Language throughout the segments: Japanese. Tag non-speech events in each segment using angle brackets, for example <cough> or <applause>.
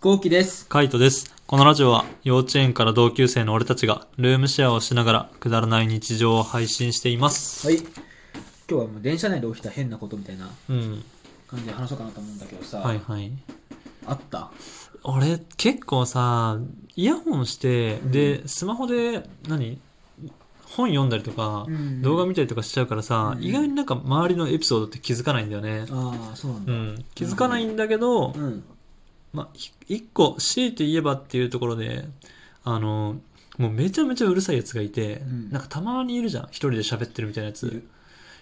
ゴーキです。カイトです。このラジオは幼稚園から同級生の俺たちがルームシェアをしながらくだらない日常を配信しています。はい。今日はもう電車内で起きた変なことみたいなうん。感じで話そうかなと思うんだけどさ、はいはい。あった俺結構さ、イヤホンして、で、スマホで何本読んだりとか、ん動画見たりとかしちゃうからさ、うん意外になんか周りのエピソードって気づかないんだよね。ああ、そうなんうだ。ん。気づかないんだけど、うん。まあ、ひ一個強いて言えばっていうところであのもうめちゃめちゃうるさいやつがいて、んなんかたまにいるじゃん一人で喋ってるみたいなやいつる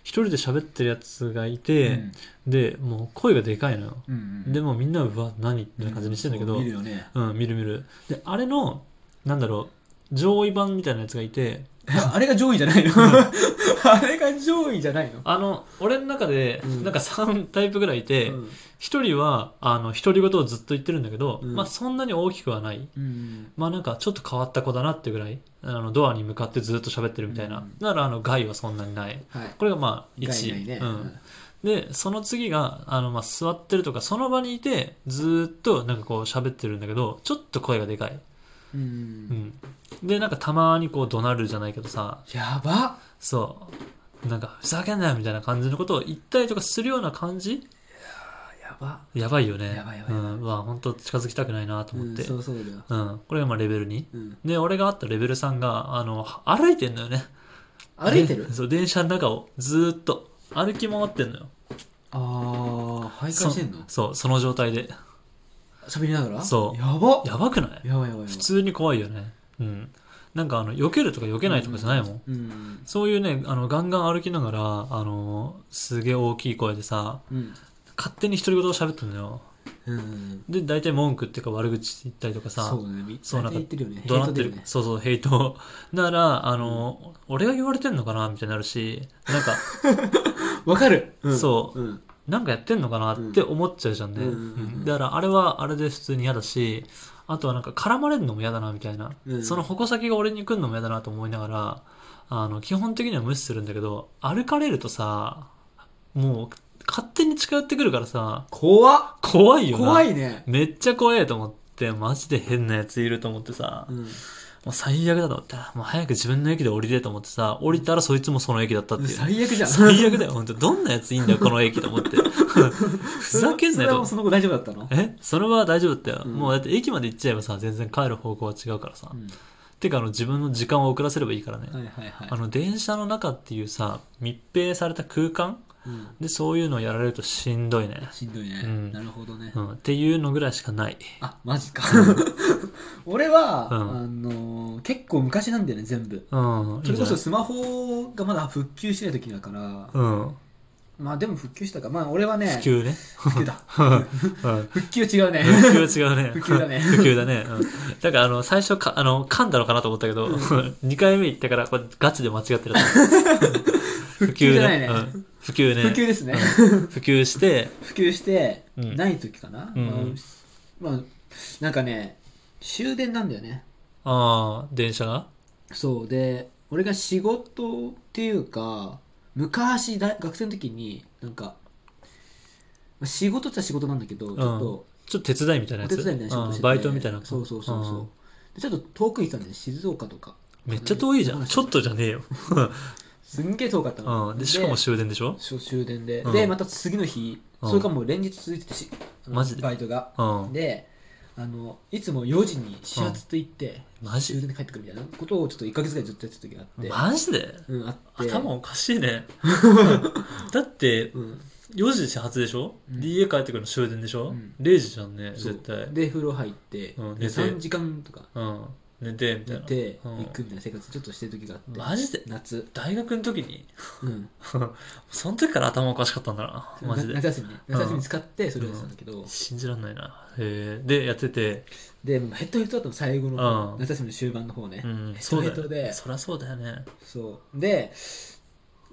一人で喋ってるやつがいうて、んでもう声がでかいのよ、うんでも、もうみんなうわ何って感じにしてんだけど、そううん見るよね。見る見るであれのなんだろう上位版みたいなやつがいて <laughs> あれが上位じゃないの <laughs> あれが上位じゃないのあの俺の中でうんなんか3タイプぐらいいて、うん一人はあの独り言をずっと言ってるんだけど、うんまあそんなに大きくはない、うん。まあなんかちょっと変わった子だなっていうぐらいあのドアに向かってずっと喋ってるみたいな、うんならあの害はそんなにないはい。これがまあ害1ないね。うんでその次があのまあ座ってるとかその場にいてずーっとなんかこう喋ってるんだけどちょっと声がでかい、うん。うん、でなんかたまにこう怒鳴るじゃないけどさやばそうなんかふざけんなよみたいな感じのことを言ったりとかするような感じやばやばいよねやばいやばいやばいうん、まあ本当近づきたくないなとう思っん、て、うそんうそうだよ。これがまあレベル2うん。で俺があったレベル3があの歩いてんのよね歩いてるで <laughs> そう電車の中をずーっと歩き回ってんのよああ、徘徊してんのそそうその状態で喋りながらそうやばやばくないやばいやばいやばい普。通に怖いよねうんなんかあの避けるとか避けないとかじゃないもん、うん。そういうねあのガンガン歩きながらあのすげえ大きい声でさうん。勝手に独り言を喋ってんのようん。で大体文句っていうか悪口言ったりとかさそうだね。みそうなんか大体言ってるよね。怒鳴っヘてイるト出ねそうそうヘイトならあの、俺が言われてんのかなみたいになるしなんかわかる、。そううん。なんかやってんのかなって思っちゃうじゃんね、うんうんうんうんうんだからあれはあれで普通に嫌だしあとはなんか絡まれるのも嫌だなみたいな、うんその矛先が俺に来るのも嫌だなと思いながらあの基本的には無視するんだけど歩かれるとさもう勝手に近寄ってくるからさ怖っ怖いよな怖いね。めっちゃ怖えと思ってマジで変なやついると思ってさ、うん。もう最悪だと思ってもう早く自分の駅で降りてと思ってさ降りたらそいつもその駅だったっていうね、最悪じゃん。最悪だよ、本当どんなやついいんだよ、この駅と思って。 <laughs> ふざけんなそれよはと。その子大丈夫だったのえそれは大丈夫だったよ、うんもうだって駅まで行っちゃえばさ、全然帰る方向は違うからさ。うんてか、あの、自分の時間を遅らせればいいからね。はいはいはいあ。の、電車の中っていうさ、密閉された空間うんで、そういうのをやられるとしんどいね。しんどいね、うんなるほどね。うん、っていうのぐらいしかない。あ、マジか。 <laughs> 俺は、うんあのー結構昔なんだよね、全部。うん、いいそれんじこゃなそいスマホがまだ復旧してない時だから、うん、まあでも復旧したか。まあ俺はね、<laughs> 普及ね。復旧だ。うん復旧違うね。普及は違うね。普及だね普及だね。うん。だから、あの、最初か、あの、噛んだのかなと思ったけど、2 <laughs> 回目行ったから、これガチで間違 <laughs> ってる。復旧じゃないね。うん普及 <laughs> ね。復旧ですね。普及して、普及して、うんない時かな、うんまあ、まあなんかね終電なんだよねああ、電車がそうで俺が仕事っていうか昔大学生の時になんかまあ仕事っちゃ仕事なんだけど、ちょっとちょっと手伝いみたいおなや手つ。伝いみたいな仕事してうてんバイトみたいな。そうそうそうそううんでちょっと遠く行ってたんだよ静岡とかめっちゃ遠いじゃうんん。ちょっとじゃねえよ。すんげえ遠かったの、うん。で、しかも終電でしょそう終電で、うんでまた次の日、うんそれからもう連日続いてたしあのマジでバイトがうん。であのいつも4時に始発と行って、マ終ジ電で帰ってくるみたいなことをちょっと1か月ぐらいずっとやってた時があって、マジでうん、あって頭おかし <laughs> いね。だって、うん、 4時始発でしょうんで、家帰ってくるの終電でしょうん0時じゃんね、そう絶対。で風呂入って、うんで寝て3時間とかうん。寝て、みたい寝な。てうん行くみたいな生活ちょっとしてる時があって、マジで夏、大学の時に、 <laughs> うん、その時から頭おかしかったん <laughs> だな。マジなで夏。休みね夏休み使ってそれをやってたんだけど、信じらんないな。へえ。で、やってて、でもうヘッドヘッドだったの最後の方、うん夏休みの終盤の方ね、うん、ヘそトうだヘトよねでそりゃそうだよね。そうで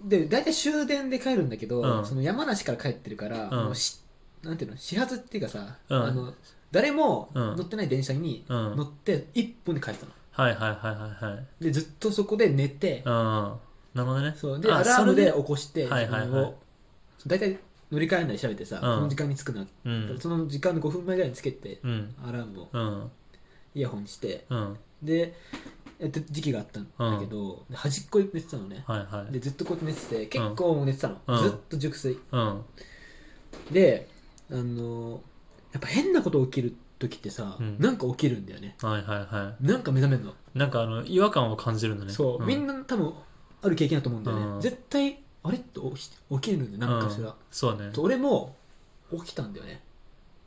で大体終電で帰るんだけど、うんその山梨から帰ってるから、うんもうしなんていうの始発っていうかさ、うんあの誰も乗ってない電車にうん。乗はいって1本で帰ったのはいはいはいはい。でずっとそこで寝てうん。なるほどね。そうであアラームそれでで起こしてはいはいはい自分をそう大体乗り換えないで調べてさ、この時間に着くな、うんその時間の5分前ぐらいにつけてうんアラームをうんイヤホンにしてうんでやって時期があったんだけど、で端っこで寝てたのね、はいはでいずっとこうやって寝てて結構もう寝てたの、うんずっと熟睡うんであのやっぱ変なこと起きる時ってさ、うんなんか起きるんだよねはいはいはなんか目覚めるの、いなんかあの違和感を感じるんだねそう、みんなな多分ある経験だと思うんだよね、うん絶対あれって起き起きるんだよなんかしら、そうねと俺も起きたんだよね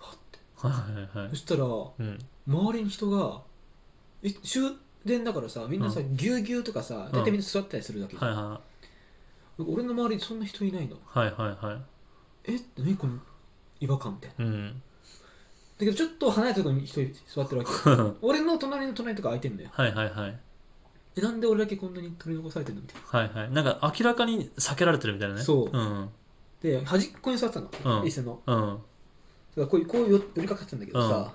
はってはいはいはいそしたらうん周りに人がえ終電だからさみんなさ、うぎゅうぎゅうとかさ大体みんな座ったりするだけじゃはんいは俺の周りにそんな人いないのいはいはいはえ何この違和感みたいないうんだけどちょっと離れたところに一人座ってるわけ俺の隣の隣とか空いてんだよはいはいはいえなんで俺だけこんなに取り残されてんのみたいはいはいなんか明らかに避けられてるみたいなねそううんなで端っこに座ってたの、うん椅子のうんだからこうこうよ寄りかかってたんだけどさ、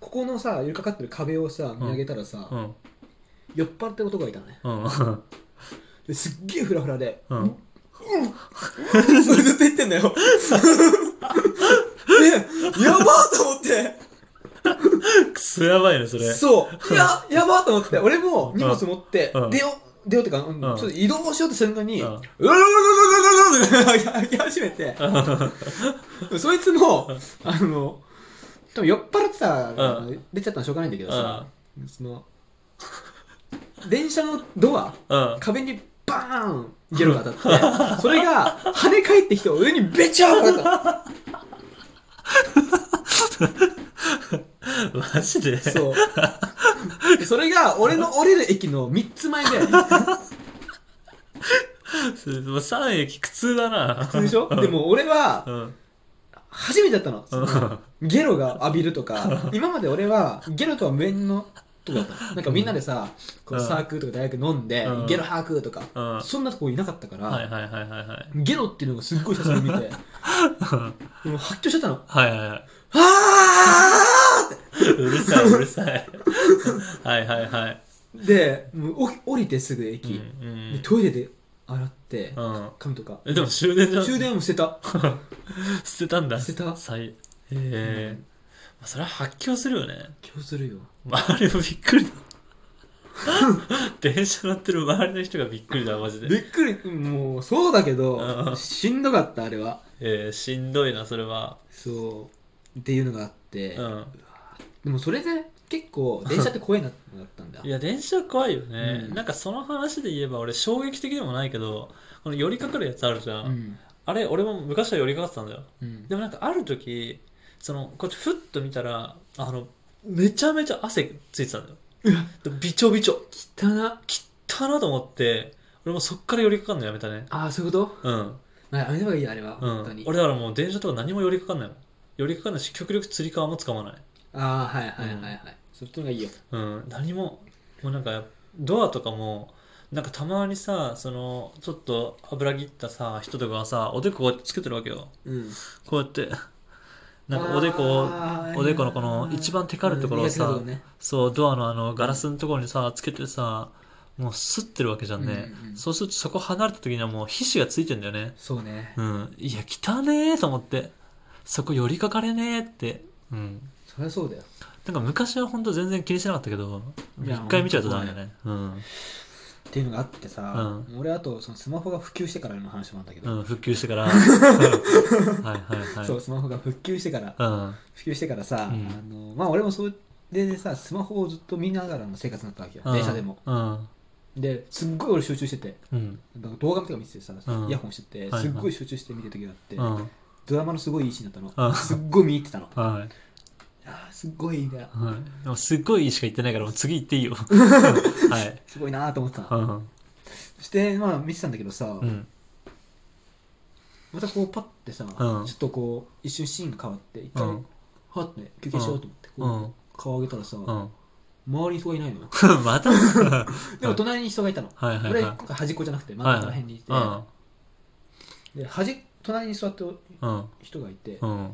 ここのさ寄りかかってる壁をさ見上げたらさ、うん酔っ払ってる男がいたのねうんですっげえフラフラで <laughs> 「うんうん」それずっと言ってんだ <laughs> よでやばーと思ってくそやばいねそれそう。いや、やばーと思って、俺も荷物持ってうん、出よう、出ようってか、うんちうょんっと移動しようって瞬間に、ううんわんわわわわわわわって開き始めて、そいつも、あの、多分酔っ払ってたからう出ちゃったのはしょうがないんだけどさ、その、電車のドア、うん壁にバーンゲロが当たって、それが跳ね返ってきて上にベチャーってなっマジでた。そう。でそれが俺の降りる駅の3つ前ぐらい。もう3駅苦痛だな普通でしょでも俺はうん初めてだったのうそんのゲロが浴びるとか今まで俺はゲロとは無縁のとこだったのなんかみんなでさこううんサークルとか大学飲んでうんゲロ吐くとかうんはいそんなとこいなかったかはいらはいはいはいゲロっていうのがすっごい久しぶりに見 <laughs> てもう発狂しちゃったのはいはいはいあーっうるさいうるさいはいはいはいてでもうお降りてすぐ駅うんうんでトイレで洗ってうん髪とかえでも終電じゃん終電も捨てた捨てたんだ捨てた最へえうんまあそれは発狂するよね今日するよ周りもびっくりだ電車乗ってる周りの人がびっくりだマジでびっくりもうそうだけうどんしんどかったあれはえー、しんどいなそれはそうっていうのがあって、うんでもそれで結構電車って怖いなってなったんだいや電車は怖いよね、うんなんかその話で言えば俺衝撃的でもないけどこの寄りかかるやつあるじゃん、うんあれ俺も昔は寄りかかってたんだようんでもなんかある時そのこうやってふっと見たらあのめちゃめちゃ汗ついてたんだよでびちょびちょ汚な汚なと思って俺もそっから寄りかかるのやめたねああそういうことうん、まあやめればいいよあれは、う本当んに、俺だからもう電車とか何も寄りかかんないもん寄りかかんないし極力つり革もつかまないああはいはいはいはい、そっちの方がいいようん何ももうなんかドアとかもなんかたまにさそのちょっと油切ったさ人とかがさおでここうやってつけてるわけようんこうやってなんかおでこをあーおでこのこの一番テカるところをさうん苦手なとこそうドアのあのガラスのところにさつけてさもうすってるわけじゃんね、うんうんうんそうするとそこ離れた時にはもう皮脂がついてんだよねそうねうんいや汚ねえと思ってそこ寄りかかれねえってうんそりゃそうだよなんか昔は本当全然気にしてなかったけどいや一回見ちゃうとダメだねうん、っていうのがあってさ、俺あとそのスマホが普及してからの話もあるんだけうど、ん、復旧し <laughs> てからはいはいはいそうスマホが復旧してからうん普及してからさ、うんあのまあ俺もそれでさスマホをずっと見ながらの生活になったわけよ、電車でもうんですっごい俺集中しててうんなんか動画とか見ててさ、うんイヤホンしててはいはいすっごい集中して見てる時があって、うんドラマのすごいいいシーンだったの、うんすっごい見入ってたのはいあーすっごいいいなはい、でもすっごいいいしか言ってないからもう次行って <laughs> いいよはい、すごいなーと思ってたの、うんそしてまあ見てたんだけどさ、うん、またこうパッてさ、んちょっとこう一瞬シーンが変わって一回、うんはって休憩しようと思ってこうう、ん顔上げたらさ、うん <laughs> 周りに人がいないのよまた <laughs> はでも隣に人がいたの、いはい俺は今い回端っこじゃなくて真ん中ら辺にいて、うんで端隣に座ってるうん人がいて、うん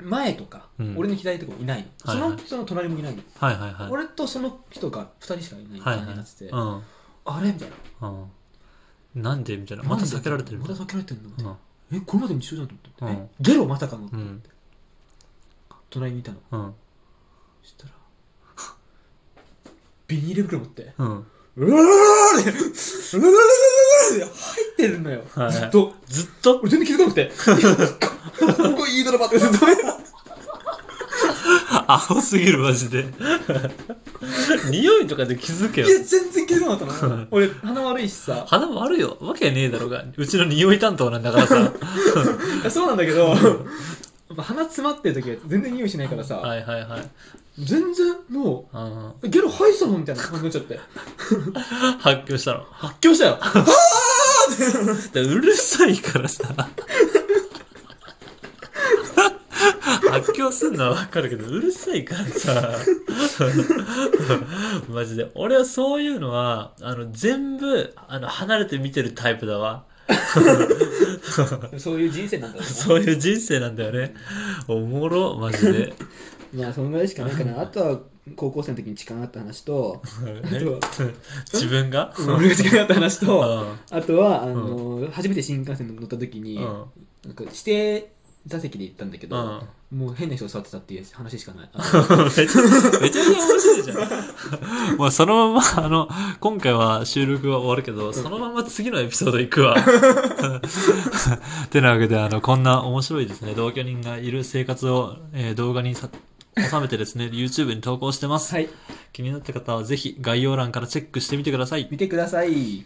前とか、うん俺の左とかもいないの、はいはいその人の隣もいないのはいはいはい俺とその人が2人しかいないはい感じはにいなってて、うんあれみたいなうんなんでみたいなまた避けられてるまみたたい避けられてるのみたいなな、うんえこれまでに一緒じゃんと思って、うんえゲロまさかの、うん。隣にいたのうん。そしたらビニール袋持ってうん。うららららで、うららららららで入ってるのよ。はいずっと。ずっと、 <laughs> 俺全然気づかなくて。ここいいドラマってずっと。アホすぎる、マジで。 <laughs> 匂いとかで気づけよい。や、全然気づかなかったはのい。俺、鼻悪いしさ。鼻悪いよ。わけねえだろうが。うちの匂い担当なんだから <laughs> さ。いやそうなんだけど、やっぱ鼻詰まってる時は全然匂いしないからさ、はいはいはい。全然もうんう、ゲロ吐いてたのみたいな感じになっちゃって。発狂したの。発狂したよ。でうるさいからさ。発狂すんのはわかるけど、うるさいからさ。マジで。俺はそういうのは、あの、全部、あの、離れて見てるタイプだわ。 <laughs> そういう人生なんだろうそういう人生なんだよね。おもろ、マジで。な。いや、そのぐらいしかないかな。あとは、高校生の時に痴漢あった話と、ねそう自分がうん俺が痴漢あった話うと、んあとは、あの、初めて新幹線乗った時に、うんなんか指定座席で行ったんだけうど、んもう変な人が座ってたっていう話しかない。めちゃめちゃめちゃ面白いじゃん。もうその <laughs> まま、あの、今回は収録は終わるけど、そのまま次のエピソード行くわ。 <laughs> てなわけで、あの、こんな面白いですね、同居人がいる生活を、えー動画にさ収めてですね、YouTube に投稿してます。はい、気になった方はぜひ概要欄からチェックしてみてください。見てください。